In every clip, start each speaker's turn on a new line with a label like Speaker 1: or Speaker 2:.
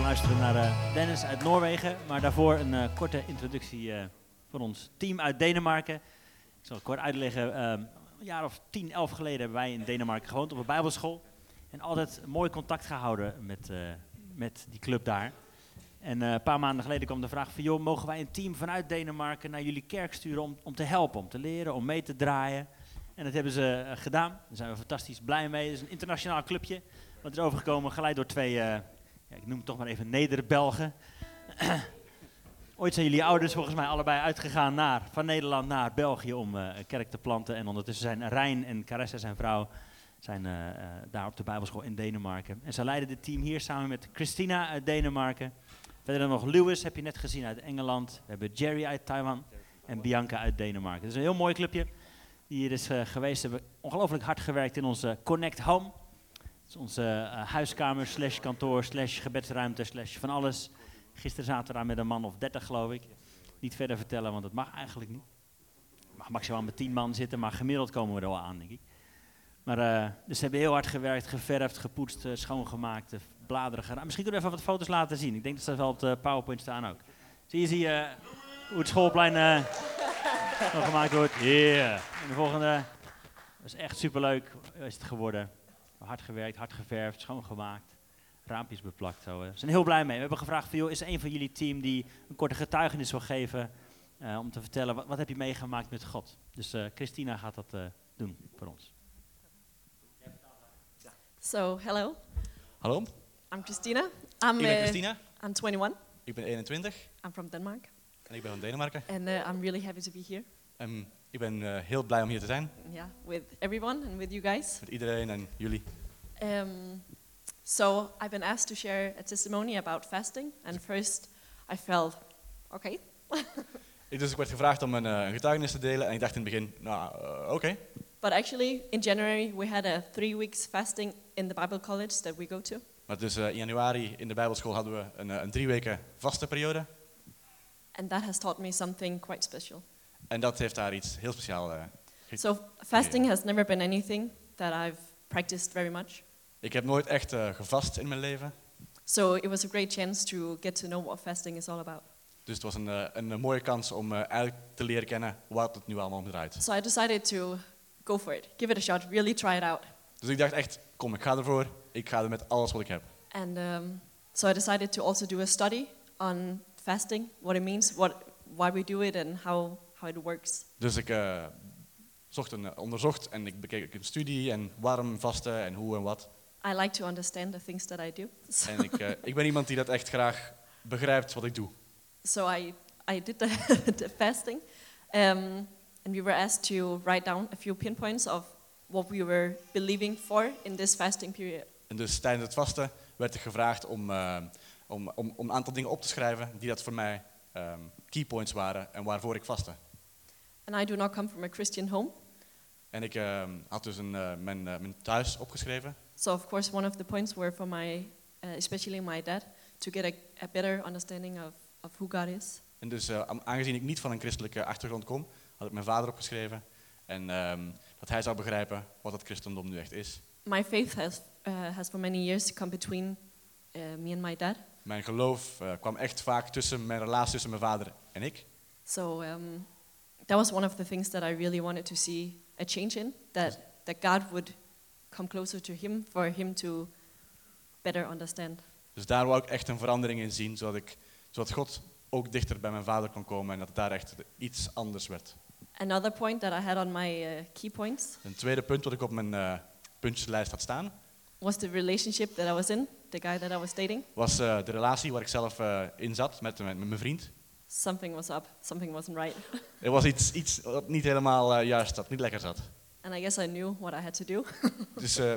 Speaker 1: luisteren naar eh, Dennis uit Noorwegen. Maar daarvoor een eh, korte introductie eh, van ons team uit Denemarken. Ik zal het kort uitleggen. ehm, een jaar of tien, elf geleden hebben wij in Denemarken gewoond op een bijbelschool. En altijd mooi contact gehouden met, eh, met die club daar. En eh, een paar maanden geleden kwam de vraag van... joh, mogen wij een team vanuit Denemarken naar jullie kerk sturen om, om te helpen, om te leren, om mee te draaien. En dat hebben ze eh, gedaan. Daar zijn we fantastisch blij mee. Het is een internationaal clubje. Wat is overgekomen, geleid door twee, eh, ja, ik noem het toch maar even Neder-Belgen. Ooit zijn jullie ouders volgens mij allebei uitgegaan naar, van Nederland naar België om eh, een kerk te planten. En ondertussen zijn Rijn en Caressa, zijn vrouw, zijn eh, eh, daar op de Bijbelschool in Denemarken. En zij leiden dit team hier samen met Christina uit Denemarken. Verder dan nog Lewis, heb je net gezien, uit Engeland. We hebben Jerry uit Taiwan en Bianca uit Denemarken. Het is een heel mooi clubje die hier is eh, geweest. Ze hebben ongelooflijk hard gewerkt in onze Connect Home. Dat is onze eh, huiskamer, slash kantoor, slash gebedsruimte, slash van alles. Gisteren zaten we daar met een man of 30, geloof ik. Niet verder vertellen, want dat mag eigenlijk niet. Je mag maximaal met 10 man zitten, maar gemiddeld komen we er wel aan, denk ik. Maar, eh, dus ze hebben heel hard gewerkt, geverfd, gepoetst, eh, schoongemaakt, eh, bladeren geraamd. Misschien kunnen we even wat foto's laten zien. Ik denk dat ze wel op de PowerPoint staan ook. Zie je, zie je eh, hoe het schoolplein eh, nog gemaakt wordt. Yeah. En de volgende. Dat is echt superleuk, is het geworden. Hard gewerkt, hard geverfd, schoongemaakt. Raampjes beplakt. Zo. eh. We zijn heel blij mee. We hebben gevraagd van, joh, is er een van jullie team die een korte getuigenis wil geven eh, om te vertellen, wat, wat heb je meegemaakt met God? Dus eh, Christina gaat dat eh, doen voor ons.
Speaker 2: So, hello,
Speaker 3: Hallo,
Speaker 2: I'm Christina. I'm,
Speaker 3: ik ben
Speaker 2: uh,
Speaker 3: Christina.
Speaker 2: I'm 21.
Speaker 3: Ik ben 21
Speaker 2: I'm from Denmark.
Speaker 3: en ik ben van Denemarken.
Speaker 2: And uh, I'm really happy to be here.
Speaker 3: Ehm, ik ben eh, heel blij om hier te zijn
Speaker 2: Yeah, with everyone and with you guys.
Speaker 3: met iedereen en jullie.
Speaker 2: Um, so, I've been asked to share a testimony about fasting. And first, I felt, okay,
Speaker 3: Ik, dus ik werd gevraagd om een, eh, een getuigenis te delen en ik dacht in het begin, nou eh, oké.
Speaker 2: But actually, in January, we had a three weeks fasting in the Bible college that we go to.
Speaker 3: Maar dus eh, in januari in de Bijbelschool hadden we een, eh, een drie weken vaste periode.
Speaker 2: And that has taught me something quite special.
Speaker 3: En dat heeft daar iets heel speciaals. eh.
Speaker 2: So, fasting has never been anything that I've practiced very much.
Speaker 3: Ik heb nooit echt eh, gevast in mijn leven.
Speaker 2: So, it was a great chance to get to know what fasting is all about.
Speaker 3: Dus het was een, eh, een eh, mooie kans om eh, eigenlijk te leren kennen wat het nu allemaal om draait.
Speaker 2: So, I decided to go for it, give it a shot, really try it out.
Speaker 3: Dus ik dacht echt, kom ik ga ervoor. Ik ga er met alles wat ik heb.
Speaker 2: And um, so, I decided to also do a study on fasting, what it means, what, why we do it, and how, how it works.
Speaker 3: Dus ik eh, zocht een, eh, onderzocht en ik bekeek een studie en waarom vasten en hoe en wat.
Speaker 2: I like to understand the things that I do. So,
Speaker 3: En ik, eh, ik ben iemand die dat echt graag begrijpt wat ik doe.
Speaker 2: so I, I did the, the fasting, um, and we were asked to write down a few pinpoints of what we were believing for in this fasting period.
Speaker 3: En dus tijdens het vasten werd ik gevraagd om, eh, om, om, om een aantal dingen op te schrijven die dat voor mij ehm keypoints waren en waarvoor ik vastte.
Speaker 2: And I do not come from a Christian home,
Speaker 3: En ik ehm, had dus een, eh, mijn, eh, mijn thuis opgeschreven.
Speaker 2: so of course one of the points were for my, uh, especially my dad, to get a, a better understanding of, of who God is.
Speaker 3: En dus eh, a- aangezien ik niet van een christelijke achtergrond kom, had ik mijn vader opgeschreven. En ehm, dat hij zou begrijpen wat het christendom nu echt is.
Speaker 2: My faith has, uh, has for many years come between uh, me and my dad.
Speaker 3: Mijn geloof eh, kwam echt vaak tussen mijn relatie tussen mijn vader en ik.
Speaker 2: So um, that was one of the things that I really wanted to see a change in that, that God would come closer to Him for Him to better understand.
Speaker 3: Dus daar wou ik echt een verandering in zien, zodat, ik, zodat God ook dichter bij mijn vader kon komen en dat het daar echt iets anders werd.
Speaker 2: Another point that I had on my uh, key points
Speaker 3: Een tweede punt wat ik op mijn eh puntjeslijst had staan,
Speaker 2: was the relationship that I was in, the guy that I was dating.
Speaker 3: was eh, de relatie waar ik zelf eh, in zat met, met, met mijn vriend.
Speaker 2: Something was up, something wasn't right.
Speaker 3: Er was iets, iets wat niet helemaal eh, juist zat, niet lekker zat.
Speaker 2: and I guess I knew what I had to do,
Speaker 3: Dus eh,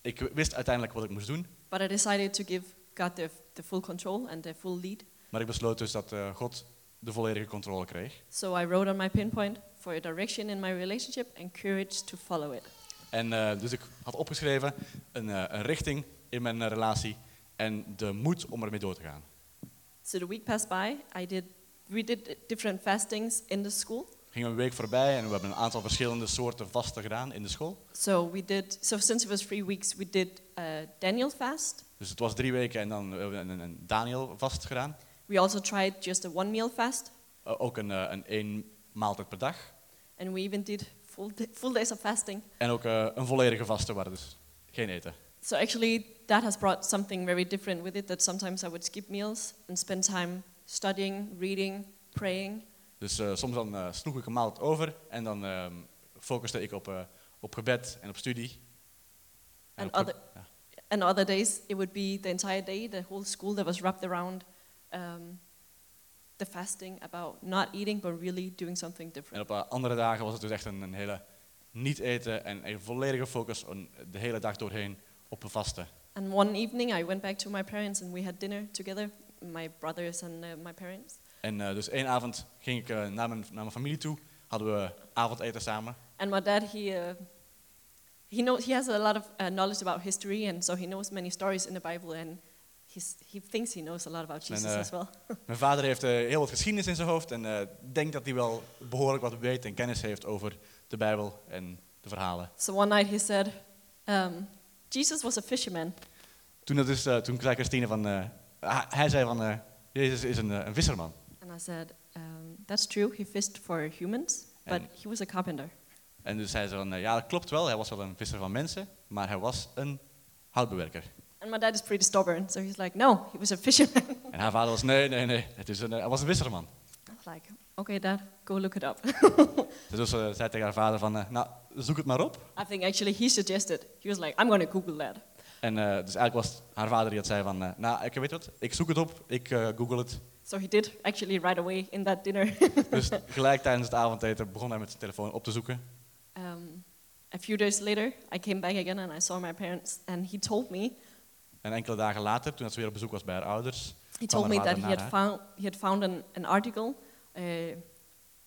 Speaker 3: ik wist uiteindelijk wat ik moest doen,
Speaker 2: but I decided to give God the, the full control and the full lead.
Speaker 3: maar ik besloot dus dat eh, God de volledige controle kreeg.
Speaker 2: So I wrote on my pinpoint for a direction in my relationship and courage to follow it.
Speaker 3: En eh, dus ik had opgeschreven een, eh, een richting in mijn eh, relatie en de moed om ermee door te gaan.
Speaker 2: So the week passed by. I did we did different fastings in the school.
Speaker 3: ging een week voorbij en we hebben een aantal verschillende soorten vasten gedaan in de school.
Speaker 2: So we did so since it was three weeks, we did a Daniel fast,
Speaker 3: Dus Dus het was drie weken en dan eh, een, een- een Daniel vast gedaan.
Speaker 2: We also tried just a one meal fast,
Speaker 3: Eh, ook een, eh, een één maaltijd per dag.
Speaker 2: and we even did full, d- full days of fasting.
Speaker 3: En ook eh, een volledige vaste waren, dus geen eten.
Speaker 2: So actually, that has brought something very different with it. That sometimes I would skip meals and spend time studying, reading, praying,
Speaker 3: Dus eh, soms dan eh, sloeg ik een maaltijd over en dan ehm, focuste ik op, eh, op gebed en op studie.
Speaker 2: En
Speaker 3: op ge-
Speaker 2: other-
Speaker 3: ja.
Speaker 2: and other days it would be the entire day, the whole school that was wrapped around um, the fasting about not eating, but really doing something
Speaker 3: En
Speaker 2: different.
Speaker 3: op eh, andere dagen was het dus echt een, een hele niet eten en een volledige focus on- de hele dag doorheen op een vaste.
Speaker 2: And one evening, I went back to my parents and we had dinner together, my brothers and uh, my parents.
Speaker 3: En eh, dus één avond ging ik eh, naar, mijn, naar mijn familie toe, hadden we avondeten samen.
Speaker 2: And my dad, he uh, he knows he has a lot of uh, knowledge about history, and so he knows many stories in the Bible, and he's, he thinks he knows a lot about
Speaker 3: And,
Speaker 2: Jesus
Speaker 3: uh,
Speaker 2: as well.
Speaker 3: Mijn vader heeft eh, heel wat geschiedenis in zijn hoofd en eh, denkt dat hij wel behoorlijk wat weet en kennis heeft over de Bijbel en de verhalen.
Speaker 2: So one night he said, um, "Jesus was a fisherman,"
Speaker 3: Toen, dat is, eh, toen zei Christine van, eh, ha- hij zei van, eh, Jezus is een, eh, een visserman.
Speaker 2: and I said, um, "That's true. He fished for humans, but
Speaker 3: And-
Speaker 2: he was a carpenter."
Speaker 3: En dus zei ze van, eh, ja dat klopt wel, hij was wel een visser van mensen, maar hij was een houtbewerker.
Speaker 2: And my dad is pretty stubborn, so he's like, "No, he was a fisherman."
Speaker 3: En haar vader was, nee, nee, nee, het is een, eh, hij was een visserman.
Speaker 2: I was like, "Okay, Dad, go look it up."
Speaker 3: Dus ze zei tegen haar vader van, eh, nou, zoek het maar op.
Speaker 2: I think actually he suggested. He was like, "I'm going to Google that."
Speaker 3: En eh, dus eigenlijk was het haar vader die dat zei van, eh, nou, ik weet wat, ik zoek het op, ik eh, google het.
Speaker 2: So he did actually right away in that dinner.
Speaker 3: Dus gelijk tijdens het avondeten begon hij met zijn telefoon op te zoeken.
Speaker 2: Um, a few days later, I came back again and I saw my parents, and he told me
Speaker 3: En enkele dagen later, toen ze weer op bezoek was bij haar ouders,
Speaker 2: he
Speaker 3: kwam
Speaker 2: told me
Speaker 3: haar
Speaker 2: that he
Speaker 3: vader naar
Speaker 2: had
Speaker 3: haar.
Speaker 2: found he had found an, an article uh,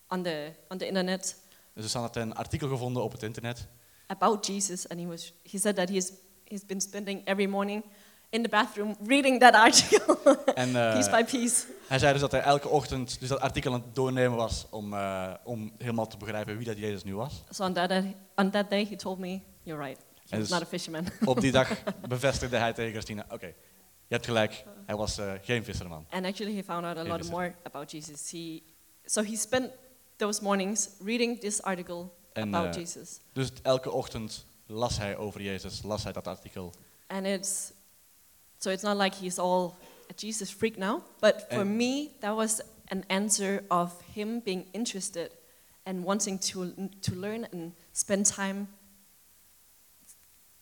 Speaker 2: on the on the internet
Speaker 3: Dus ze had een artikel gevonden op het internet.
Speaker 2: about Jesus, and he was he said that he's he's been spending every morning in the bathroom reading that article
Speaker 3: En, eh,
Speaker 2: piece by piece.
Speaker 3: Hij zei dus dat hij elke ochtend dus dat artikel aan het doornemen was om, eh, om helemaal te begrijpen wie dat Jezus nu was.
Speaker 2: So on that day, on that day, he told me, "You're right. He
Speaker 3: And
Speaker 2: was
Speaker 3: it's-
Speaker 2: not a fisherman."
Speaker 3: Op die dag bevestigde hij tegen Christina, oké, je hebt gelijk, hij was eh, geen visserman.
Speaker 2: And actually, he found out a
Speaker 3: Hey,
Speaker 2: lot
Speaker 3: Lisa.
Speaker 2: more about Jesus. He, so he spent those mornings reading this article
Speaker 3: And,
Speaker 2: about
Speaker 3: uh,
Speaker 2: Jesus.
Speaker 3: Dus elke ochtend las hij over Jezus, las hij dat artikel.
Speaker 2: And it's so it's not like he's all a Jesus freak now, but for
Speaker 3: And-
Speaker 2: me, that was an answer of him being interested and wanting to to learn and spend time.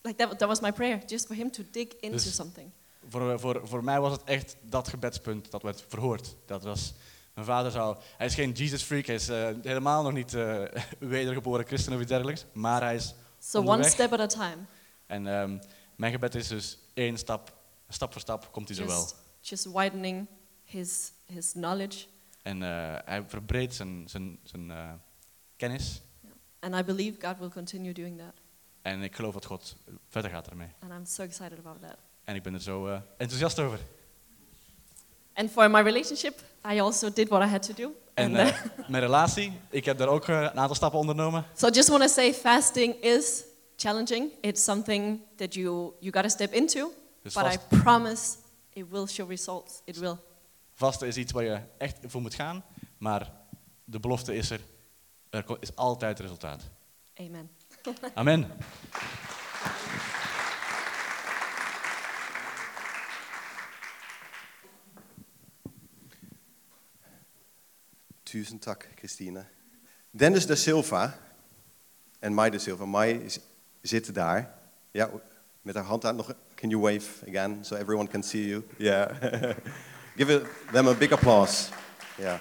Speaker 2: Like that, that was my prayer, just for him to dig into
Speaker 3: This-
Speaker 2: something.
Speaker 3: Voor, voor, voor mij was het echt dat gebedspunt dat werd verhoord. Dat was, mijn vader zou, hij is geen Jesus freak, hij is eh, helemaal nog niet eh, wedergeboren christen of iets dergelijks, maar hij is
Speaker 2: So one
Speaker 3: onderweg.
Speaker 2: step at a time,
Speaker 3: En ehm, mijn gebed is dus één stap, stap voor stap komt hij zo wel.
Speaker 2: just, just widening his his knowledge
Speaker 3: En eh, hij verbreedt zijn, zijn, zijn eh, kennis.
Speaker 2: And I believe God will continue doing that.
Speaker 3: En ik geloof dat God verder gaat ermee.
Speaker 2: And I'm so excited about that.
Speaker 3: En ik ben er zo eh, enthousiast over.
Speaker 2: And for my relationship, I also did what I had to do.
Speaker 3: En
Speaker 2: uh,
Speaker 3: eh, mijn relatie, ik heb daar ook eh, een aantal stappen ondernomen.
Speaker 2: so I just want to say fasting is challenging. It's something that you, you got to step into.
Speaker 3: Dus
Speaker 2: but I
Speaker 3: vast-
Speaker 2: promise it will show results. It will.
Speaker 3: Vasten is iets waar je echt voor moet gaan. Maar de belofte is er. Er ko- is altijd resultaat.
Speaker 2: Amen.
Speaker 3: Amen.
Speaker 4: Tusen tak, Christine. Dennis da Silva en Mai da Silva. Mai is- zit daar. Ja, met haar hand aan nog. Can you wave again so everyone can see you? Yeah. Give it- them a big applause. Yeah.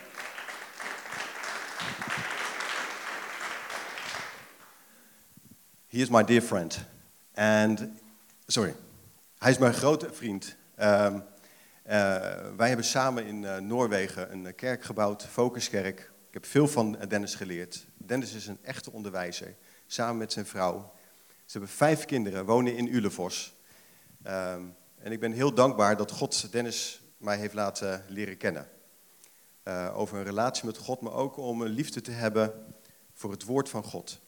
Speaker 4: He is my dear friend. And, sorry, hij is mijn grote vriend. Ehm, eh, wij hebben samen in eh, Noorwegen een eh, kerk gebouwd, Focuskerk. Ik heb veel van eh, Dennis geleerd. Dennis is een echte onderwijzer, samen met zijn vrouw. Ze hebben vijf kinderen, wonen in Ulevos. Ehm, en ik ben heel dankbaar dat God Dennis mij heeft laten leren kennen. Eh, over een relatie met God, maar ook om een liefde te hebben voor het woord van God.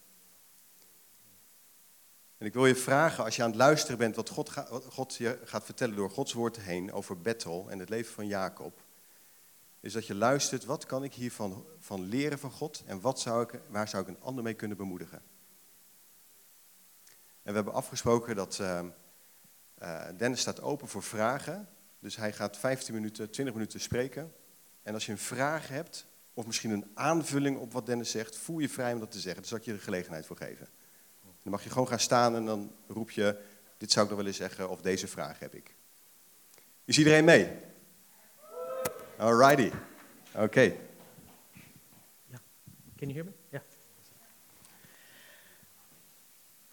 Speaker 4: En ik wil je vragen, als je aan het luisteren bent wat God, ga- wat God je gaat vertellen door Gods woord heen over Bethel en het leven van Jacob, is dat je luistert, wat kan ik hiervan van leren van God en wat zou ik, waar zou ik een ander mee kunnen bemoedigen? En we hebben afgesproken dat eh, eh, Dennis staat open voor vragen, dus hij gaat 15 minuten, 20 minuten spreken. En als je een vraag hebt, of misschien een aanvulling op wat Dennis zegt, voel je vrij om dat te zeggen. Daar zal ik je de gelegenheid voor geven. Dan mag je gewoon gaan staan en dan roep je, dit zou ik nog willen zeggen of deze vraag heb ik. Is iedereen mee? Alrighty. Oké.
Speaker 5: Can you hear me? Yeah.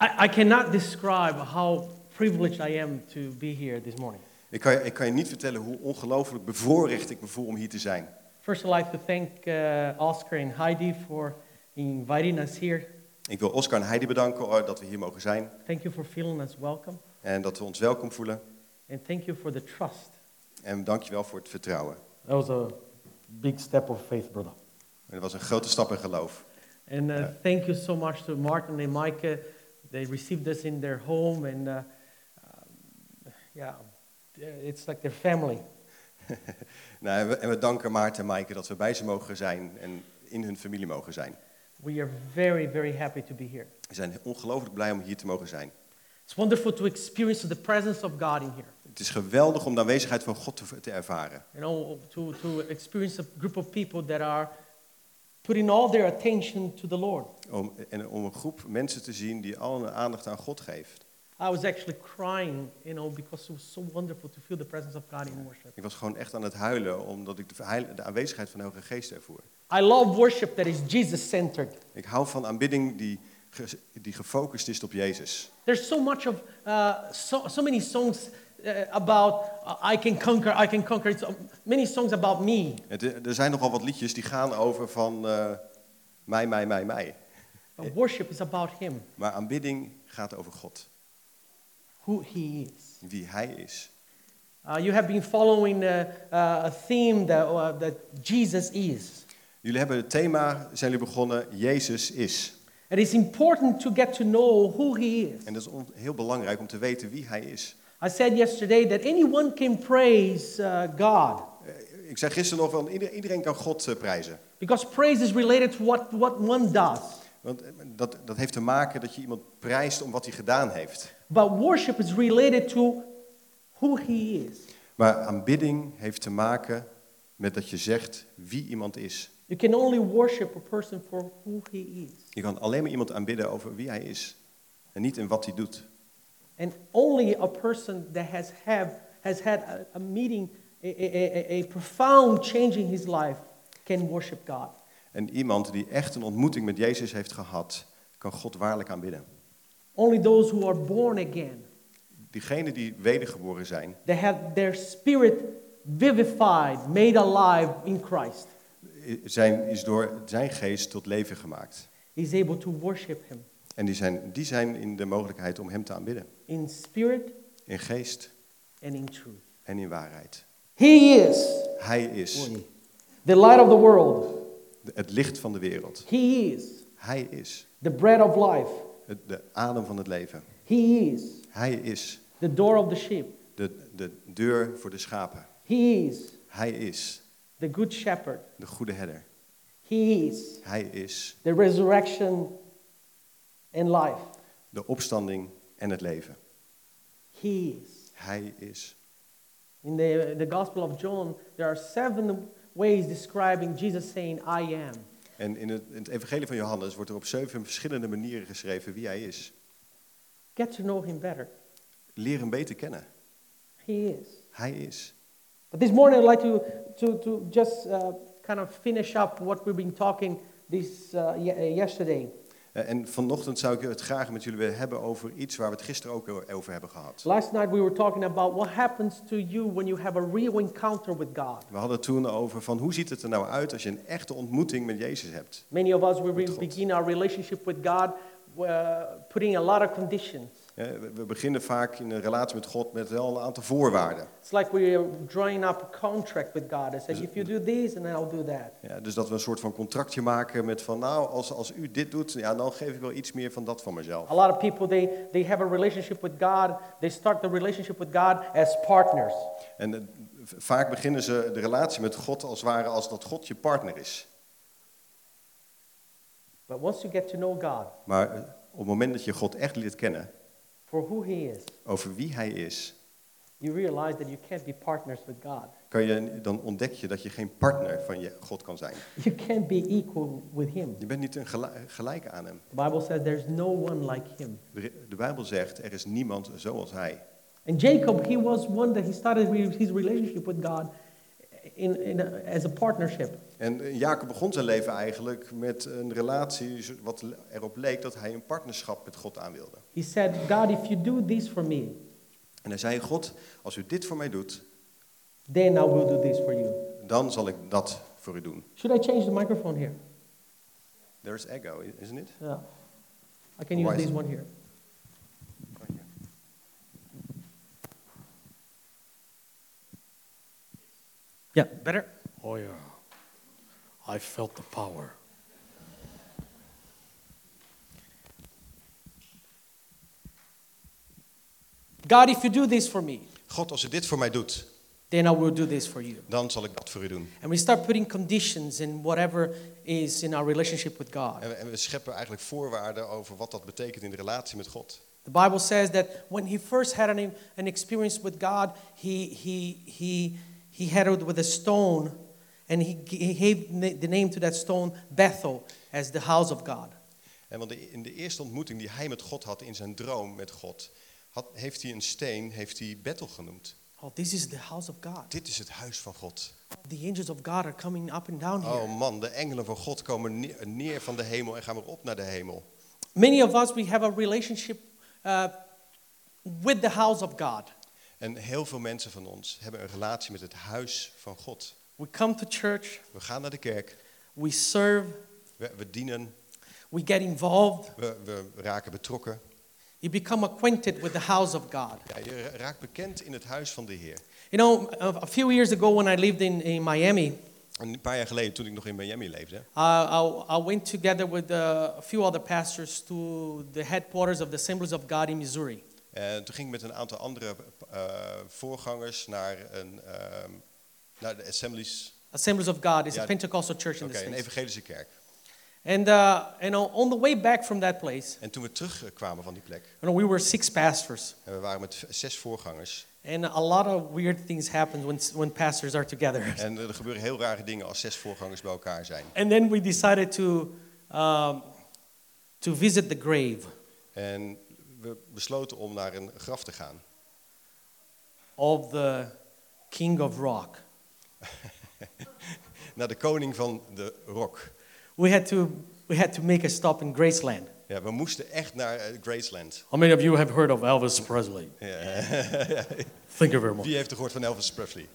Speaker 5: I, I cannot describe how privileged I am to be here this morning.
Speaker 4: Ik, kan, je- ik kan je niet vertellen hoe ongelooflijk bevoorrecht ik me voel om hier te zijn.
Speaker 5: First, I'd like to thank uh, Oscar and Heidi for inviting us here.
Speaker 4: Ik wil Oscar en Heidi bedanken eh, dat we hier mogen zijn
Speaker 5: Thank you for feeling us welcome,
Speaker 4: en dat we ons welkom voelen.
Speaker 5: and thank you for the trust.
Speaker 4: En dankjewel voor het vertrouwen.
Speaker 5: That was a big step of faith, brother.
Speaker 4: En dat was een grote stap in geloof.
Speaker 5: And uh, thank you so much to Martin and Micah. They received us in their home, and uh, um, yeah, it's like their family.
Speaker 4: Nou, en, we, en we danken Maarten en Maaike dat we bij ze mogen zijn en in hun familie mogen zijn.
Speaker 5: We are very, very happy to be here.
Speaker 4: We zijn ongelooflijk blij om hier te mogen zijn.
Speaker 5: It's wonderful to experience the presence of God in here.
Speaker 4: Het is geweldig om de aanwezigheid van God te, te ervaren.
Speaker 5: You know, to, to experience a group of people that are putting all their attention to the Lord.
Speaker 4: Om, en om een groep mensen te zien die al hun aandacht aan God geeft.
Speaker 5: I was actually crying, you know, because it was so wonderful to feel the presence of God in worship.
Speaker 4: Ik was gewoon echt aan het huilen omdat ik de, heil- de aanwezigheid van de Heilige Geest ervoer.
Speaker 5: I love worship that is Jesus centered.
Speaker 4: Ik hou van aanbidding die, ge- die gefocust is op Jezus.
Speaker 5: There's so much of, uh, so, so many songs uh, about uh, I can conquer, I can conquer. It's, uh, many songs about me.
Speaker 4: Het, er zijn nogal wat liedjes die gaan over van eh, mij, mij, mij, mij.
Speaker 5: But worship is about Him,
Speaker 4: Maar aanbidding gaat over God,
Speaker 5: who He is.
Speaker 4: wie Hij is.
Speaker 5: Uh, you have been following uh, uh, a theme that, uh, that Jesus is.
Speaker 4: Jullie hebben het thema, zijn jullie begonnen, Jezus is.
Speaker 5: And it's important to get to know who He is.
Speaker 4: En dat is on- heel belangrijk om te weten wie Hij is.
Speaker 5: I said yesterday that anyone can praise uh, God
Speaker 4: Eh, Ik zei gisteren nog wel, ieder- iedereen kan God eh, prijzen.
Speaker 5: because praise is related to what, what one does.
Speaker 4: Want eh, dat, dat heeft te maken dat je iemand prijst om wat hij gedaan heeft.
Speaker 5: But worship is related to who He is.
Speaker 4: Maar aanbidding heeft te maken met dat je zegt wie iemand is.
Speaker 5: You can only worship a person for who He is.
Speaker 4: Je kan alleen maar iemand aanbidden over wie hij is. En niet in wat hij doet.
Speaker 5: And only a person that has, have, has had a, a meeting, a, a- a- a profound change in his life, can worship God.
Speaker 4: En iemand die echt een ontmoeting met Jezus heeft gehad, kan God waarlijk aanbidden.
Speaker 5: Only those who are born again,
Speaker 4: Diegenen die wedergeboren zijn,
Speaker 5: that have their spirit vivified, made alive in Christ,
Speaker 4: i- zijn is door zijn geest tot leven gemaakt.
Speaker 5: is able to worship Him
Speaker 4: En die zijn, die zijn in de mogelijkheid om hem te aanbidden.
Speaker 5: in spirit
Speaker 4: In geest
Speaker 5: and in truth.
Speaker 4: en in waarheid.
Speaker 5: He is
Speaker 4: Hij is
Speaker 5: the light of the world.
Speaker 4: de- het licht van de wereld.
Speaker 5: He is
Speaker 4: Hij is
Speaker 5: the bread of life.
Speaker 4: het- de adem van het leven.
Speaker 5: He is
Speaker 4: Hij is
Speaker 5: the door of the sheep.
Speaker 4: de, de deur voor de schapen.
Speaker 5: He is
Speaker 4: Hij is
Speaker 5: the good shepherd.
Speaker 4: de goede herder.
Speaker 5: He is
Speaker 4: Hij is
Speaker 5: the resurrection and life.
Speaker 4: de opstanding en het leven.
Speaker 5: He is.
Speaker 4: Hij is.
Speaker 5: In the, the Gospel of John, there are seven ways describing Jesus saying, I am.
Speaker 4: En in het, in het Evangelie van Johannes wordt er op zeven verschillende manieren geschreven wie hij is.
Speaker 5: Get to know him better.
Speaker 4: Leer hem beter kennen.
Speaker 5: He is.
Speaker 4: Hij is.
Speaker 5: But this morning, I'd like to, to, to just uh, kind of finish up what we've been talking this uh, ye- uh, yesterday.
Speaker 4: Eh, En vanochtend zou ik het graag met jullie willen hebben over iets waar we het gisteren ook o- over hebben gehad.
Speaker 5: Last night, we were talking about what happens to you when you have a real encounter with God.
Speaker 4: We hadden het toen over van hoe ziet het er nou uit als je een echte ontmoeting met Jezus hebt.
Speaker 5: Many of us, we
Speaker 4: God.
Speaker 5: begin our relationship with God uh, putting a lot of conditions.
Speaker 4: eh, we- we beginnen vaak in een relatie met God met wel een aantal voorwaarden.
Speaker 5: It's like we are drawing up a contract with God. I said, if you do this, and I'll do that.
Speaker 4: Ja, dus dat we een soort van contractje maken met van nou, als, als u dit doet, ja, dan geef ik wel iets meer van dat van mezelf.
Speaker 5: A lot of people, they, they have a relationship with God. They start the relationship with God as partners.
Speaker 4: En eh, v- vaak beginnen ze de relatie met God als het ware als dat God je partner is.
Speaker 5: But once you get to know God
Speaker 4: Maar eh, op het moment dat je God echt leert kennen,
Speaker 5: for who He is,
Speaker 4: over wie hij is,
Speaker 5: you realize that you can't be partners with God.
Speaker 4: kan je, dan ontdek je dat je geen partner van je God kan zijn.
Speaker 5: You can't be equal with Him.
Speaker 4: Je bent niet een gela- gelijk aan hem.
Speaker 5: The Bible says there's no one like Him.
Speaker 4: De, de Bijbel zegt, er is niemand zoals hij.
Speaker 5: And Jacob, he was one that he started with his relationship with God in, in a, as a partnership.
Speaker 4: En eh, Jacob begon zijn leven eigenlijk met een relatie zo- wat le- erop leek dat hij een partnerschap met God aan wilde.
Speaker 5: He said, God, if you do this for me,
Speaker 4: En hij zei, God, als u dit voor mij doet,
Speaker 5: then I will do this for you.
Speaker 4: dan zal ik dat voor u doen.
Speaker 5: Should I change the microphone here?
Speaker 4: There is ego, isn't it?
Speaker 5: Yeah. I can use
Speaker 4: Right.
Speaker 5: this one here. Yeah, better?
Speaker 6: Oh yeah. I felt the power.
Speaker 5: God, if you do this for me,
Speaker 4: God, als u dit voor mij doet,
Speaker 5: then I will do this for you.
Speaker 4: dan zal ik dat voor u doen.
Speaker 5: And we start putting conditions in whatever is in our relationship with God.
Speaker 4: En we, en we scheppen eigenlijk voorwaarden over wat dat betekent in de relatie met God.
Speaker 5: The Bible says that when he first had an, an experience with God, he, he, he, he had it with a stone, and he, g- he gave na- the name to that stone Bethel as the house of God.
Speaker 4: En want de- in de eerste ontmoeting die hij met God had in zijn droom met God, had, heeft hij een steen, heeft hij Bethel genoemd.
Speaker 5: Oh, this is the house of God.
Speaker 4: Dit is het huis van God.
Speaker 5: The angels of God are coming up and down here.
Speaker 4: Oh man, de engelen van God komen ne- neer van de hemel en gaan weer op naar de hemel.
Speaker 5: Many of us, we have a relationship uh, with the house of God.
Speaker 4: En heel veel mensen van ons hebben een relatie met het huis van God.
Speaker 5: We come to church,
Speaker 4: We gaan naar de kerk,
Speaker 5: we serve,
Speaker 4: we, we dienen,
Speaker 5: we get involved.
Speaker 4: we, we raken betrokken.
Speaker 5: You become acquainted with the house of God.
Speaker 4: Ja, je ra- raakt bekend in het huis van de Heer.
Speaker 5: You know, a a few years ago when I lived in, in Miami,
Speaker 4: En Een paar jaar geleden, toen ik nog in Miami leefde,
Speaker 5: uh, I, I went together with uh, a few other pastors to the headquarters of the Assemblies of God in Missouri.
Speaker 4: eh, toen ging ik met een aantal andere eh, voorgangers naar, een, ehm, naar de Assemblies,
Speaker 5: Assemblies of God is
Speaker 4: Yeah.
Speaker 5: a Pentecostal church in
Speaker 4: oké,
Speaker 5: the
Speaker 4: een
Speaker 5: States.
Speaker 4: evangelische kerk.
Speaker 5: And, uh, you know, on the way back from that place,
Speaker 4: En toen we terugkwamen van die plek,
Speaker 5: you know, we were six pastors.
Speaker 4: en we waren met v- zes voorgangers,
Speaker 5: And a lot of weird things happen when, when pastors are together.
Speaker 4: en eh, er gebeuren heel rare dingen als zes voorgangers bij elkaar zijn.
Speaker 5: And then we decided to, um, to visit the grave
Speaker 4: En we besloten om naar een graf te gaan
Speaker 5: of the King of Rock.
Speaker 4: naar de koning van de rock.
Speaker 5: We had to, we had to make a stop in Graceland.
Speaker 4: Ja, we moesten echt naar eh, Graceland.
Speaker 6: How many of you have heard of Elvis Presley? Thank you very much.
Speaker 4: Wie heeft er gehoord van Elvis Presley?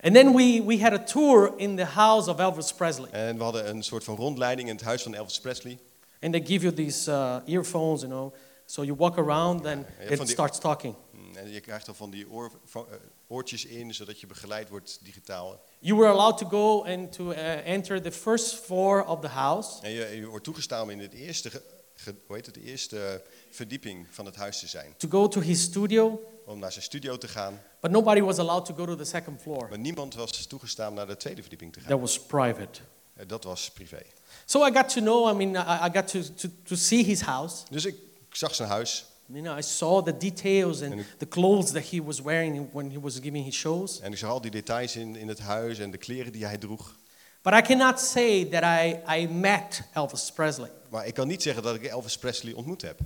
Speaker 5: And then we, we had a tour in the house of Elvis Presley.
Speaker 4: En we hadden een soort van rondleiding in het huis van Elvis Presley.
Speaker 5: And they give you these uh, earphones, you know. So you walk around and
Speaker 4: Yeah,
Speaker 5: it
Speaker 4: from the-
Speaker 5: starts talking.
Speaker 4: Mm, En je krijgt dan van die oor, van, eh, oortjes in, zodat je begeleid wordt digitaal.
Speaker 5: You were allowed to go and to uh, enter the first floor of the house.
Speaker 4: En je, je wordt toegestaan om in het eerste, ge- ge- hoe heet het, de eerste verdieping van het huis te zijn.
Speaker 5: to go to his studio,
Speaker 4: Om naar zijn studio te gaan.
Speaker 5: but nobody was allowed to go to the second floor.
Speaker 4: Maar niemand was toegestaan naar de tweede verdieping te gaan.
Speaker 6: That was private.
Speaker 4: Eh, Dat was privé.
Speaker 5: So I got to know, I mean, I, I got to, to, to see his house.
Speaker 4: Dus ik zag zijn huis
Speaker 5: You know, I saw the details and
Speaker 4: And-
Speaker 5: the clothes that he was wearing when he was giving his shows.
Speaker 4: en ik zag al die details in, in het huis en de kleren die hij droeg.
Speaker 5: But I cannot say that I, I met Elvis Presley.
Speaker 4: Maar ik kan niet zeggen dat ik Elvis Presley ontmoet heb.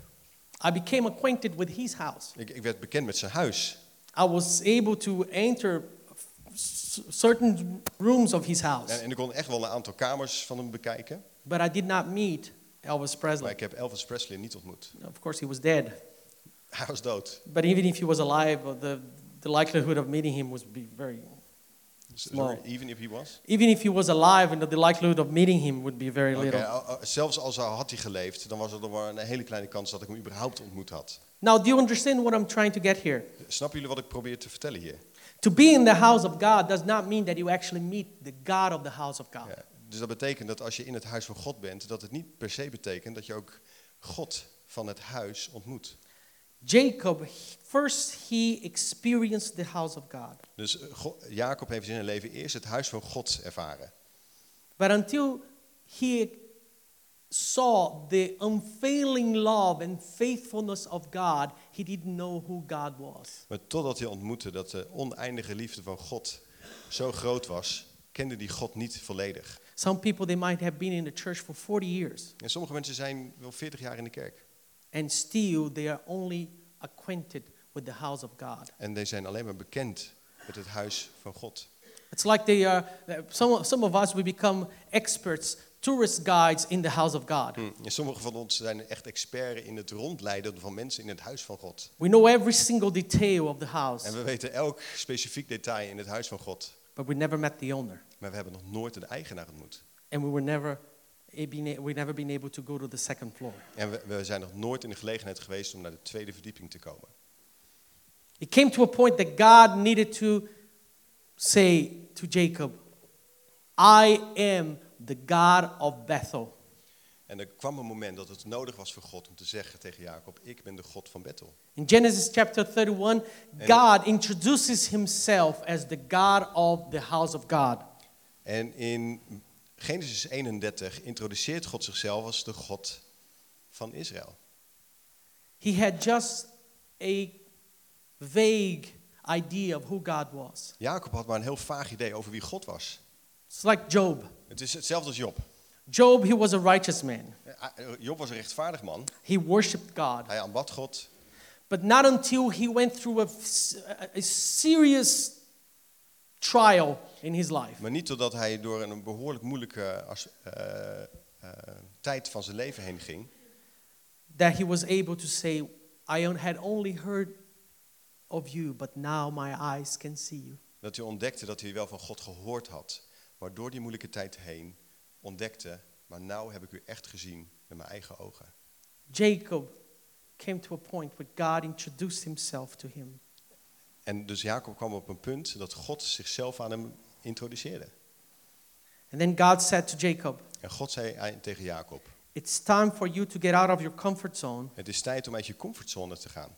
Speaker 5: I became acquainted with his house.
Speaker 4: Ik, ik werd bekend met zijn huis.
Speaker 5: I was able to enter s- certain rooms of his
Speaker 4: En,
Speaker 5: house,
Speaker 4: en ik kon echt wel een aantal kamers van hem bekijken.
Speaker 5: but I did not meet Elvis
Speaker 4: Maar
Speaker 5: Presley.
Speaker 4: ik heb Elvis Presley niet ontmoet.
Speaker 5: Of course, he was dead.
Speaker 4: Hij was dood.
Speaker 5: But even if he was alive, uh, the, the likelihood of meeting him was be very Small.
Speaker 4: Dus, even if he was?
Speaker 5: Even if he was alive, and the likelihood of meeting him would be very
Speaker 4: Oké,
Speaker 5: little.
Speaker 4: al- al- zelfs als hij had hij geleefd, dan was er nog maar een hele kleine kans dat ik hem überhaupt ontmoet had.
Speaker 5: Now, do you understand what I'm trying to get here?
Speaker 4: Snappen jullie wat ik probeer te vertellen hier?
Speaker 5: To be in the house of God does not mean that you actually meet the God of the house of God.
Speaker 4: Ja, dus dat betekent dat als je in het huis van God bent, dat het niet per se betekent dat je ook God van het huis ontmoet.
Speaker 5: Jacob, he- first he experienced the house of God.
Speaker 4: Dus eh, Go- Jacob heeft in zijn leven eerst het huis van God ervaren.
Speaker 5: But until he saw the unfailing love and faithfulness of God, he didn't know who God was.
Speaker 4: Maar totdat hij ontmoette dat de oneindige liefde van God zo groot was, kende die God niet volledig.
Speaker 5: Some people, they might have been in the church for 40 years,
Speaker 4: En sommige mensen zijn wel 40 jaar in de kerk.
Speaker 5: and still they are only acquainted with the house of God.
Speaker 4: En die zijn alleen maar bekend met het huis van God.
Speaker 5: It's like they are, some, some of us, we become experts, tourist guides in the house of God.
Speaker 4: En sommige van ons zijn echt experts in het rondleiden van mensen in het huis van God.
Speaker 5: We know every single detail of the house,
Speaker 4: En we weten elk specifiek detail in het huis van God.
Speaker 5: but we never met the owner.
Speaker 4: Maar we hebben nog nooit de eigenaar ontmoet.
Speaker 5: And we were never, eh, been a- we never been able to go to the second floor.
Speaker 4: En we, we zijn nog nooit in de gelegenheid geweest om naar de tweede verdieping te komen.
Speaker 5: It came to a point that God needed to say to Jacob, I am the God of Bethel.
Speaker 4: En er kwam een moment dat het nodig was voor God om te zeggen tegen Jacob, ik ben de God van Bethel.
Speaker 5: In Genesis chapter 31, God introduces himself as the God of the house of God.
Speaker 4: En in Genesis 31 introduceert God zichzelf als de God van Israël.
Speaker 5: He had just a vague idea of who God was.
Speaker 4: Jacob had maar een heel vaag idee over wie God was.
Speaker 5: It's like Job.
Speaker 4: Het is hetzelfde als Job.
Speaker 5: Job, he was a righteous man.
Speaker 4: Eh, Job was een rechtvaardig man.
Speaker 5: He worshiped God.
Speaker 4: Hij aanbad God.
Speaker 5: But not until he went through a, a serious trial in his life.
Speaker 4: Maar niet totdat hij door een behoorlijk moeilijke as- eh, eh, tijd van zijn leven heen ging.
Speaker 5: that he was able to say, I on- had only heard of you, but now my eyes can see you.
Speaker 4: Dat hij ontdekte dat hij wel van God gehoord had. Maar door die moeilijke tijd heen ontdekte, maar nou heb ik u echt gezien met mijn eigen ogen.
Speaker 5: Jacob came to a point where God introduced himself to him.
Speaker 4: En dus Jacob kwam op een punt dat God zichzelf aan hem introduceerde.
Speaker 5: And then God said to Jacob,
Speaker 4: En God zei aan- tegen Jacob,
Speaker 5: It's time for you to get out of your comfort zone
Speaker 4: het is tijd om uit je comfortzone te gaan.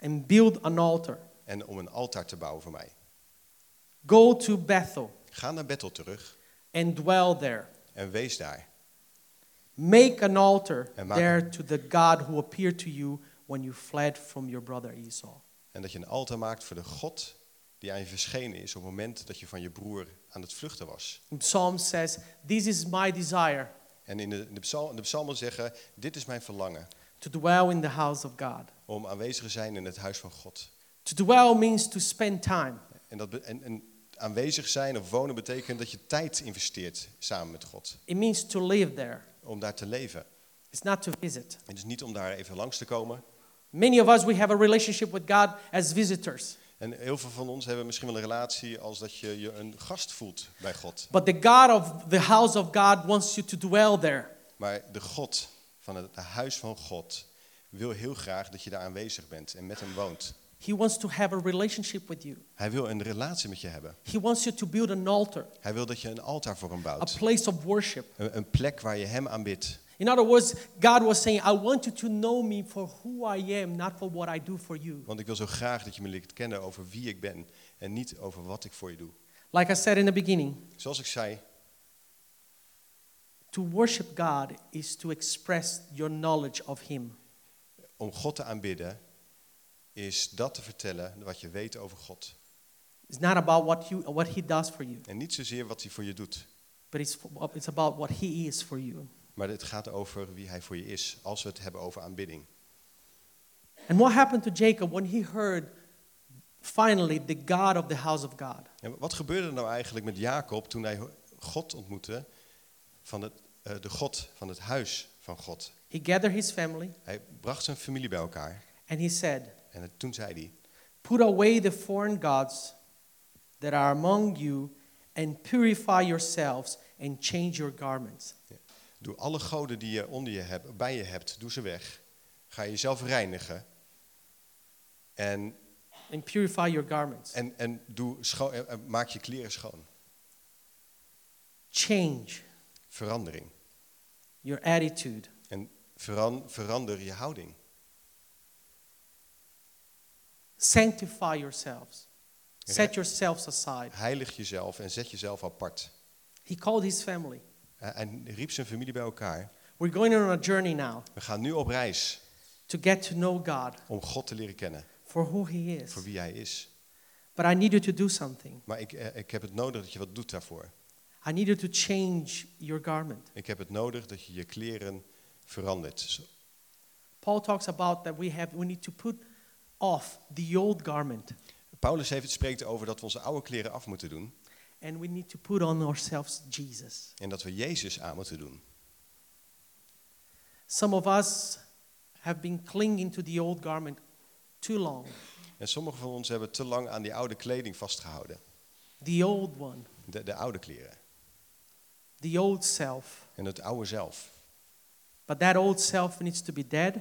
Speaker 5: and build an altar.
Speaker 4: En om een altaar te bouwen voor mij.
Speaker 5: Go to Bethel
Speaker 4: Ga naar Bethel terug
Speaker 5: and dwell there.
Speaker 4: en wees daar.
Speaker 5: Make an altar
Speaker 4: En maak-
Speaker 5: there to the God who appeared to you when you fled from your brother Esau.
Speaker 4: En dat je een altaar maakt voor de God die aan je verschenen is op het moment dat je van je broer aan het vluchten was.
Speaker 5: And Psalm says, This is my desire
Speaker 4: En in de, in de, psal- de psalmen zeggen, dit is mijn verlangen
Speaker 5: to dwell in the house of God.
Speaker 4: om aanwezig te zijn in het huis van God.
Speaker 5: To dwell means to spend time.
Speaker 4: En, dat, be- en, en aanwezig zijn of wonen betekent dat je tijd investeert samen met God.
Speaker 5: It means to live there.
Speaker 4: Om daar te leven.
Speaker 5: It's not to visit.
Speaker 4: Het is niet om daar even langs te komen.
Speaker 5: Many of us we have a relationship with God as visitors.
Speaker 4: En heel veel van ons hebben misschien wel een relatie als dat je je een gast voelt bij God.
Speaker 5: But the God of the house of God wants you to dwell there.
Speaker 4: Maar de God van het de huis van God wil heel graag dat je daar aanwezig bent en met hem woont.
Speaker 5: He wants to have a relationship with you.
Speaker 4: Hij wil een relatie met je hebben.
Speaker 5: He wants you to build an altar,
Speaker 4: Hij wil dat je een altaar voor hem
Speaker 5: a
Speaker 4: bouwt.
Speaker 5: place of worship.
Speaker 4: Een, een plek waar je hem aanbidt.
Speaker 5: In other words, God was saying, I want you to know me for who I am, not for what I do for you.
Speaker 4: Want ik wil zo graag dat je me leert kennen over wie ik ben en niet over wat ik voor je doe.
Speaker 5: Like I said in the beginning,
Speaker 4: Zoals ik zei,
Speaker 5: to worship God is to express your knowledge of Him.
Speaker 4: om God te aanbidden is dat te vertellen wat je weet over God.
Speaker 5: It's not about what, you, what He does for you.
Speaker 4: En niet zozeer wat hij voor je doet,
Speaker 5: but it's, it's about what he is for you.
Speaker 4: maar het gaat over wie hij voor je is als we het hebben over aanbidding.
Speaker 5: And what happened to Jacob when he heard finally the God of the house of God?
Speaker 4: En wat gebeurde er nou eigenlijk met Jacob toen hij God ontmoette, van het, eh, de God van het huis van God?
Speaker 5: He gathered his family
Speaker 4: Hij bracht zijn familie bij elkaar
Speaker 5: and he said,
Speaker 4: en het- toen zei hij,
Speaker 5: Put away the foreign gods that are among you and purify yourselves and change your garments.
Speaker 4: Doe alle goden die je onder je hebt, bij je hebt, doe ze weg. Ga jezelf reinigen. En,
Speaker 5: And purify your garments.
Speaker 4: en, en, doe scho- en- en maak je kleren schoon.
Speaker 5: Change
Speaker 4: Verandering.
Speaker 5: your attitude.
Speaker 4: En veran, verander je houding.
Speaker 5: Sanctify yourselves. Set
Speaker 4: Right.
Speaker 5: yourselves aside.
Speaker 4: Heilig jezelf en zet jezelf apart.
Speaker 5: He called his family.
Speaker 4: Hij- Hij riep zijn familie bij elkaar.
Speaker 5: We're going on a journey now
Speaker 4: We gaan nu op reis
Speaker 5: to get to know God
Speaker 4: om God te leren kennen.
Speaker 5: for who he
Speaker 4: Voor
Speaker 5: is.
Speaker 4: wie hij is.
Speaker 5: But I need you to do something.
Speaker 4: Maar ik, eh, ik heb het nodig dat je wat doet daarvoor.
Speaker 5: I need you to change your garment.
Speaker 4: Ik heb het nodig dat je je kleren verandert. Zo-
Speaker 5: Paul talks about that we have we need to put off the old garment
Speaker 4: Paulus heeft het spreekt over dat we onze oude kleren af moeten doen.
Speaker 5: and we need to put on ourselves Jesus.
Speaker 4: En dat we Jezus aan moeten doen.
Speaker 5: Some of us have been clinging to the old garment too long,
Speaker 4: En sommigen van ons hebben te lang aan die oude kleding vastgehouden.
Speaker 5: the old one,
Speaker 4: De, de oude kleren.
Speaker 5: the old self.
Speaker 4: En het oude zelf.
Speaker 5: But that old self needs to be dead,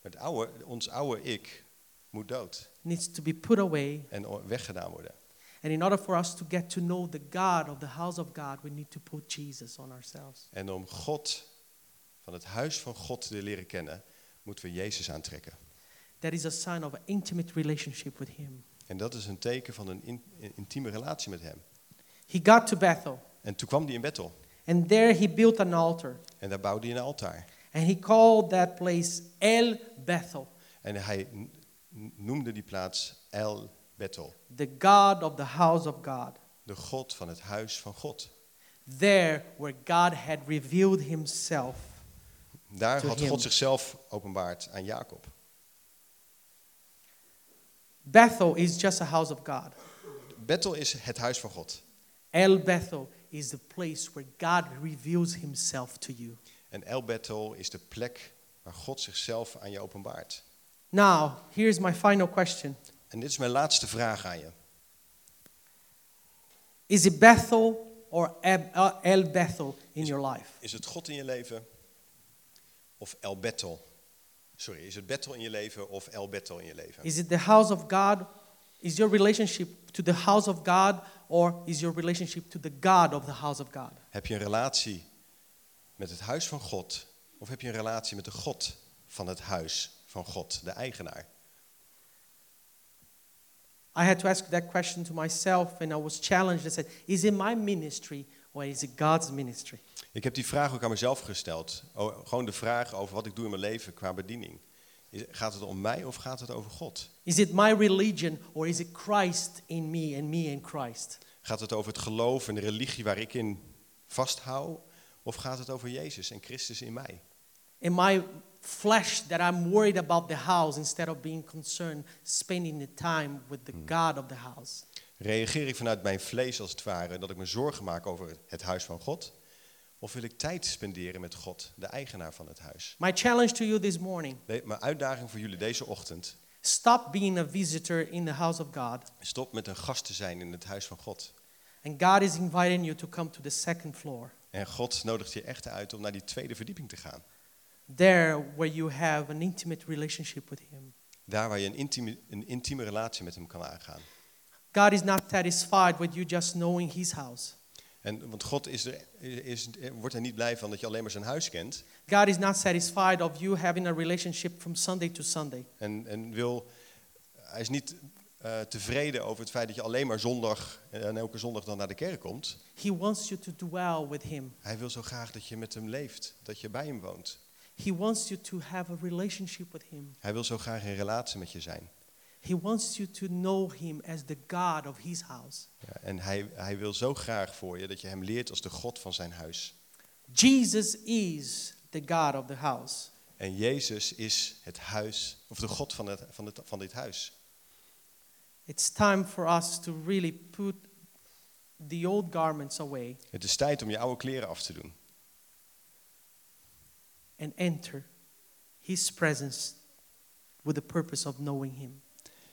Speaker 4: Het oude, ons oude ik moet dood.
Speaker 5: needs to be put away.
Speaker 4: En o- weggedaan worden.
Speaker 5: And in order for us to get to know the God of the house of God, we need to put Jesus on ourselves.
Speaker 4: En om God, van het huis van God te leren kennen, moeten we Jezus aantrekken.
Speaker 5: That is a sign of an intimate relationship with Him.
Speaker 4: En dat is een teken van een in- een intieme relatie met hem.
Speaker 5: He got to Bethel,
Speaker 4: En toen kwam hij in Bethel.
Speaker 5: and there he built an altar,
Speaker 4: En daar bouwde hij een altaar.
Speaker 5: and he called that place El Bethel,
Speaker 4: En hij n- noemde die plaats El Bethel.
Speaker 5: the God of the house of God.
Speaker 4: De God van het huis van God.
Speaker 5: There where God had revealed Himself.
Speaker 4: Daar
Speaker 5: To
Speaker 4: had
Speaker 5: him.
Speaker 4: God zichzelf openbaard aan Jacob.
Speaker 5: Bethel is just a house of God.
Speaker 4: Bethel is het huis van God.
Speaker 5: El Bethel is the place where God reveals Himself to you.
Speaker 4: En El Bethel is de plek waar God zichzelf aan je openbaart.
Speaker 5: Now, here's my final question
Speaker 4: En dit is mijn laatste vraag aan je.
Speaker 5: Is it Bethel or Ab- uh, El Bethel in your life?
Speaker 4: Is het God in je leven of El Bethel? Sorry, is het Bethel in je leven of El Bethel in je leven?
Speaker 5: Is it the house of God? Is your relationship to the house of God or is your relationship to the God of the house of God?
Speaker 4: Heb je een relatie met het huis van God of heb je een relatie met de God van het huis van God, de eigenaar?
Speaker 5: I had to ask that question to myself and I was challenged. I said, Is it my ministry or is it God's ministry?
Speaker 4: Ik heb die vraag ook aan mezelf gesteld. O- gewoon de vraag over wat ik doe in mijn leven qua bediening. Is- gaat het om mij of gaat het over God?
Speaker 5: Is it my religion or is it Christ in me and me in Christ?
Speaker 4: Gaat het over het geloof en de religie waar ik in vasthoud? Of gaat het over Jezus en Christus in mij?
Speaker 5: Am I flesh that I'm worried about the house instead of being concerned spending the time with the God of the house?
Speaker 4: Reageer ik vanuit mijn vlees als het ware dat ik me zorgen maak over het huis van God? Of wil ik tijd spenderen met God, de eigenaar van het huis?
Speaker 5: My challenge to you this morning
Speaker 4: De- Mijn uitdaging voor jullie deze ochtend:
Speaker 5: stop being a visitor in the house of God.
Speaker 4: stop met een gast te zijn in het huis van God.
Speaker 5: And God is inviting you to come to the second floor,
Speaker 4: En God nodigt je echt uit om naar die tweede verdieping te gaan.
Speaker 5: there where you have an intimate relationship with Him.
Speaker 4: Daar waar je een intieme, een intieme relatie met hem kan aangaan.
Speaker 5: God is not satisfied with you just knowing His house.
Speaker 4: En, want God is er, is, wordt er niet blij van dat je alleen maar zijn huis kent.
Speaker 5: God is not satisfied of you having a relationship from Sunday to Sunday.
Speaker 4: En, en wil, hij is niet eh, tevreden over het feit dat je alleen maar zondag eh, en elke zondag dan naar de kerk komt.
Speaker 5: He wants you to dwell with Him.
Speaker 4: Hij wil zo graag dat je met hem leeft, dat je bij hem woont.
Speaker 5: He wants you to have a relationship with Him.
Speaker 4: Hij wil zo graag in relatie met je zijn.
Speaker 5: He wants you to know Him as the God of His house.
Speaker 4: Ja, en hij, hij wil zo graag voor je dat je hem leert als de God van zijn huis.
Speaker 5: Jesus is the God of the house.
Speaker 4: En Jezus is het huis, of de God van, het, van, het, van dit huis.
Speaker 5: It's time for us to really put the old garments away
Speaker 4: Het is tijd om je oude kleren af te doen
Speaker 5: and enter His presence with the purpose of knowing Him.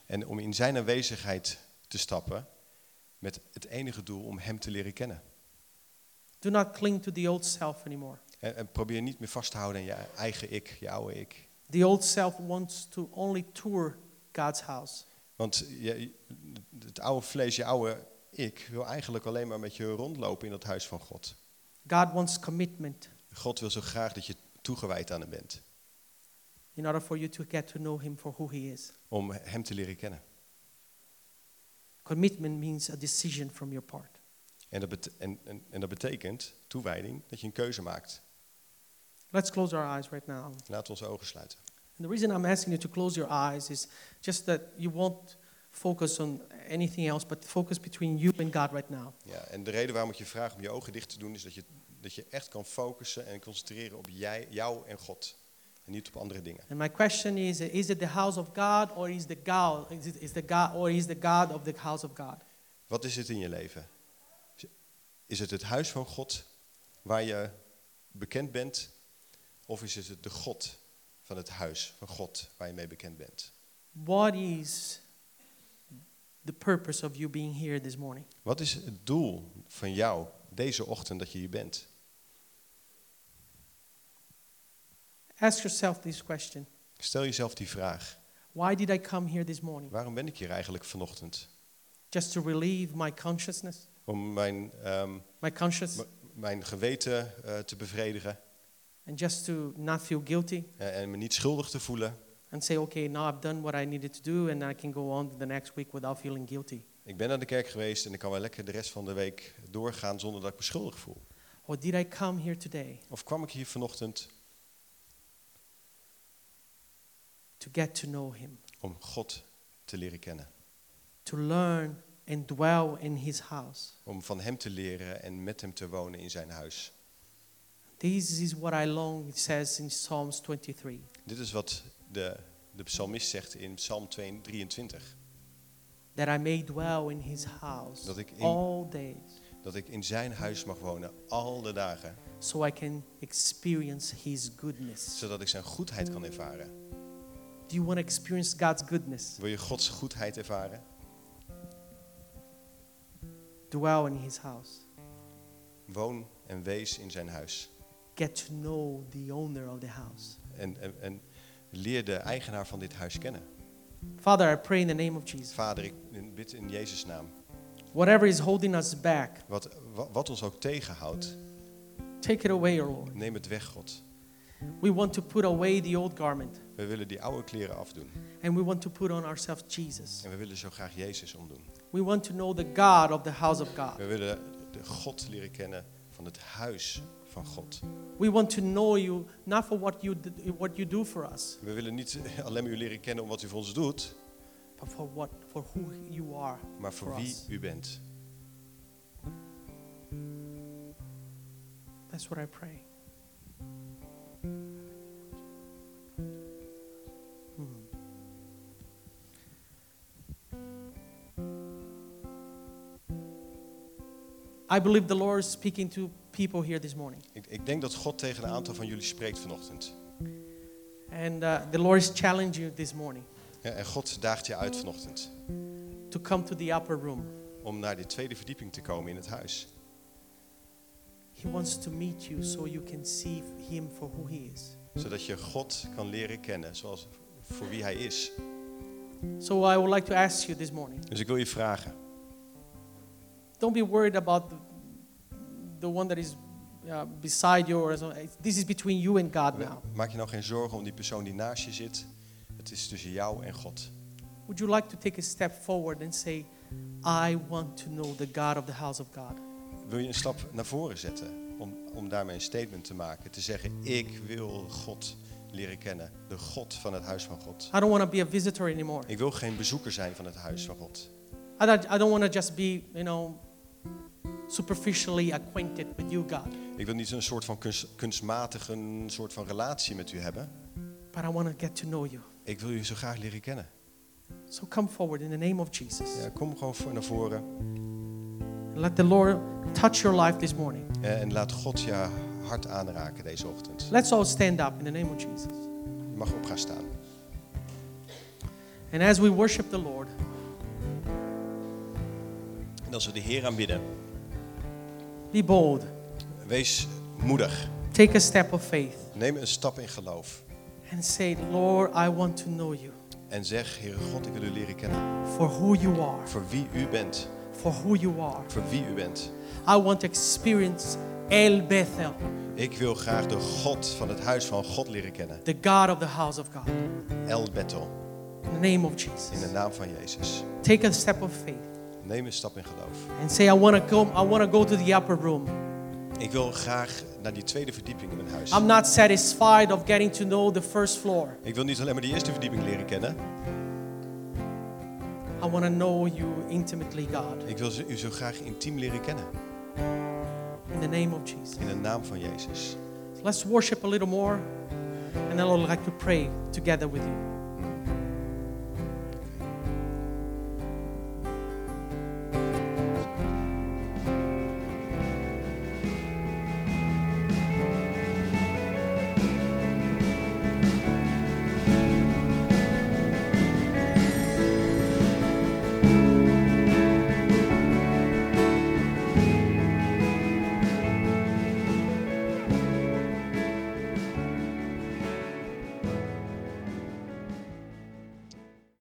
Speaker 4: en om in zijn aanwezigheid te stappen Met het enige doel om Hem te leren kennen.
Speaker 5: Do not cling to the old self anymore.
Speaker 4: En, en probeer niet meer vast te houden aan je eigen ik, je oude ik.
Speaker 5: The old self wants to only tour God's house.
Speaker 4: Want je, het oude vlees, je oude ik, wil eigenlijk alleen maar met je rondlopen in dat huis van God.
Speaker 5: God wants commitment
Speaker 4: God wil zo graag dat je toegewijd aan hem bent.
Speaker 5: in order for you to get to know Him for who He is.
Speaker 4: Om hem te leren kennen.
Speaker 5: Commitment means a decision from your part.
Speaker 4: En dat, bet- en, en, en dat betekent, toewijding, dat je een keuze maakt.
Speaker 5: Let's close our eyes right now.
Speaker 4: Laten we onze ogen sluiten.
Speaker 5: And the reason I'm asking you to close your eyes is just that you won't focus on anything else, but focus between you and God right now.
Speaker 4: Ja, en de reden waarom ik je vraag om je ogen dicht te doen, is dat je, dat je echt kan focussen en concentreren op jij, jou en God. En niet op andere dingen.
Speaker 5: And my question is: Is it the house of God, or is the God, is, it, is the God, or is the God of the house of God?
Speaker 4: Wat is het in je leven? Is het het huis van God waar je bekend bent? Of is het de God van het huis van God waar je mee bekend bent?
Speaker 5: What is the purpose of you being here this morning?
Speaker 4: Wat is het doel van jou deze ochtend dat je hier bent?
Speaker 5: Ask yourself this question:
Speaker 4: Stel jezelf die vraag.
Speaker 5: Why did I come here this morning?
Speaker 4: Waarom ben ik hier eigenlijk vanochtend?
Speaker 5: Just to relieve my consciousness,
Speaker 4: Om mijn, ehm,
Speaker 5: my conscience,
Speaker 4: m- mijn geweten eh, te bevredigen
Speaker 5: and just to not feel guilty
Speaker 4: eh, en me niet schuldig te voelen.
Speaker 5: and say, okay, now I've done what I needed to do, and I can go on to the next week without feeling guilty.
Speaker 4: Ik ben naar de kerk geweest en ik kan wel lekker de rest van de week doorgaan zonder dat ik me schuldig voel.
Speaker 5: Or did I come here today
Speaker 4: Of kwam ik hier vanochtend
Speaker 5: to get to know Him,
Speaker 4: om God te leren kennen.
Speaker 5: to learn and dwell in His house?
Speaker 4: Om van Hem te leren en met Hem te wonen in Zijn huis.
Speaker 5: This is what I long, it says in Psalms 23.
Speaker 4: Dit is wat de, de psalmist zegt in Psalm 2 23.
Speaker 5: That I may dwell in his house
Speaker 4: Dat ik in-
Speaker 5: all days,
Speaker 4: Dat ik in Zijn huis mag wonen al de dagen.
Speaker 5: so I can experience his goodness.
Speaker 4: Zodat ik Zijn goedheid kan ervaren.
Speaker 5: Do you want to experience God's goodness?
Speaker 4: Wil je Gods goedheid ervaren?
Speaker 5: Dwell in his house.
Speaker 4: Woon en wees in Zijn huis.
Speaker 5: Get to know the owner of the house.
Speaker 4: En, en, en leer de eigenaar van dit huis kennen.
Speaker 5: Father, I pray in the name of Jesus.
Speaker 4: Vader, ik bid in Jezus' naam.
Speaker 5: Whatever is holding us back,
Speaker 4: Wat, wat, wat ons ook tegenhoudt,
Speaker 5: take it away, O Lord.
Speaker 4: neem het weg, God.
Speaker 5: We want to put away the old garment
Speaker 4: We willen die oude kleren afdoen.
Speaker 5: and we want to put on ourselves Jesus.
Speaker 4: En we willen zo graag Jezus omdoen.
Speaker 5: We want to know the God of the house of
Speaker 4: We
Speaker 5: God.
Speaker 4: willen de God leren kennen van het huis van God.
Speaker 5: We want to know you not for what you, d- what you do for us,
Speaker 4: We willen niet alleen maar u leren kennen om wat u voor ons doet,
Speaker 5: but for, what, for who you are
Speaker 4: maar voor
Speaker 5: for
Speaker 4: wie
Speaker 5: us.
Speaker 4: u bent.
Speaker 5: That's what I pray. Hmm. I believe the Lord is speaking to people here this morning.
Speaker 4: Ik, ik denk dat God tegen een aantal van jullie spreekt vanochtend.
Speaker 5: And uh, the Lord is challenging you this morning
Speaker 4: Ja, en God daagt je uit vanochtend
Speaker 5: to come to the upper room.
Speaker 4: om naar de tweede verdieping te komen in het huis.
Speaker 5: He wants to meet you so you can see Him for who He is.
Speaker 4: Zodat je God kan leren kennen zoals voor wie hij is.
Speaker 5: So I would like to ask you this morning
Speaker 4: Dus ik wil je vragen.
Speaker 5: don't be worried about the, the one that is uh, beside you or so. It's- This is between you and God now.
Speaker 4: Maak je nou geen zorgen om die persoon die naast je zit. Het is tussen jou en God.
Speaker 5: Would you like to take a step forward and say, I want to know the God of the house of God?
Speaker 4: Wil je een stap naar voren zetten om, om daarmee een statement te maken? Te zeggen, ik wil God leren kennen. De God van het huis van God.
Speaker 5: I don't want to be a visitor anymore.
Speaker 4: Ik wil geen bezoeker zijn van het huis van God.
Speaker 5: I don't, I don't want to just be, you know, superficially acquainted with you, God.
Speaker 4: Ik wil niet een soort van kunst, kunstmatige een soort van relatie met u hebben.
Speaker 5: But I want to get to know you.
Speaker 4: Ik wil u zo graag leren kennen.
Speaker 5: So come forward in the name of Jesus.
Speaker 4: Ja, kom gewoon voor naar voren
Speaker 5: And let the Lord touch your life this morning.
Speaker 4: eh, en laat God je hart aanraken deze ochtend.
Speaker 5: Let's all stand up in the name of Jesus.
Speaker 4: Je mag op gaan staan.
Speaker 5: And as we worship the Lord,
Speaker 4: En als we de Heer aanbidden,
Speaker 5: Be bold.
Speaker 4: wees moedig.
Speaker 5: Take a step of faith
Speaker 4: Neem een stap in geloof.
Speaker 5: and say, Lord, I want to know you
Speaker 4: En zeg, Heere God, ik wil u leren kennen.
Speaker 5: for who you are,
Speaker 4: Voor wie u bent.
Speaker 5: for who you are.
Speaker 4: Voor wie u bent.
Speaker 5: I want to experience El Bethel,
Speaker 4: Ik wil graag de God van het huis van God leren kennen.
Speaker 5: the God of the house of God.
Speaker 4: El Bethel,
Speaker 5: In the name of
Speaker 4: in de
Speaker 5: Jesus.
Speaker 4: naam van Jezus.
Speaker 5: Take a step of faith
Speaker 4: Neem een stap in geloof.
Speaker 5: and say, I want to go, I want to go to the upper room.
Speaker 4: Ik wil graag naar die tweede verdieping in mijn huis.
Speaker 5: I'm not satisfied of getting to know the first floor.
Speaker 4: Ik wil niet alleen maar de eerste verdieping leren kennen.
Speaker 5: I want to know you intimately, God.
Speaker 4: Ik wil ze- u zo graag intiem leren kennen.
Speaker 5: In the name of Jesus.
Speaker 4: In de naam van Jezus.
Speaker 5: Let's worship a little more and then I'd like to pray together with you.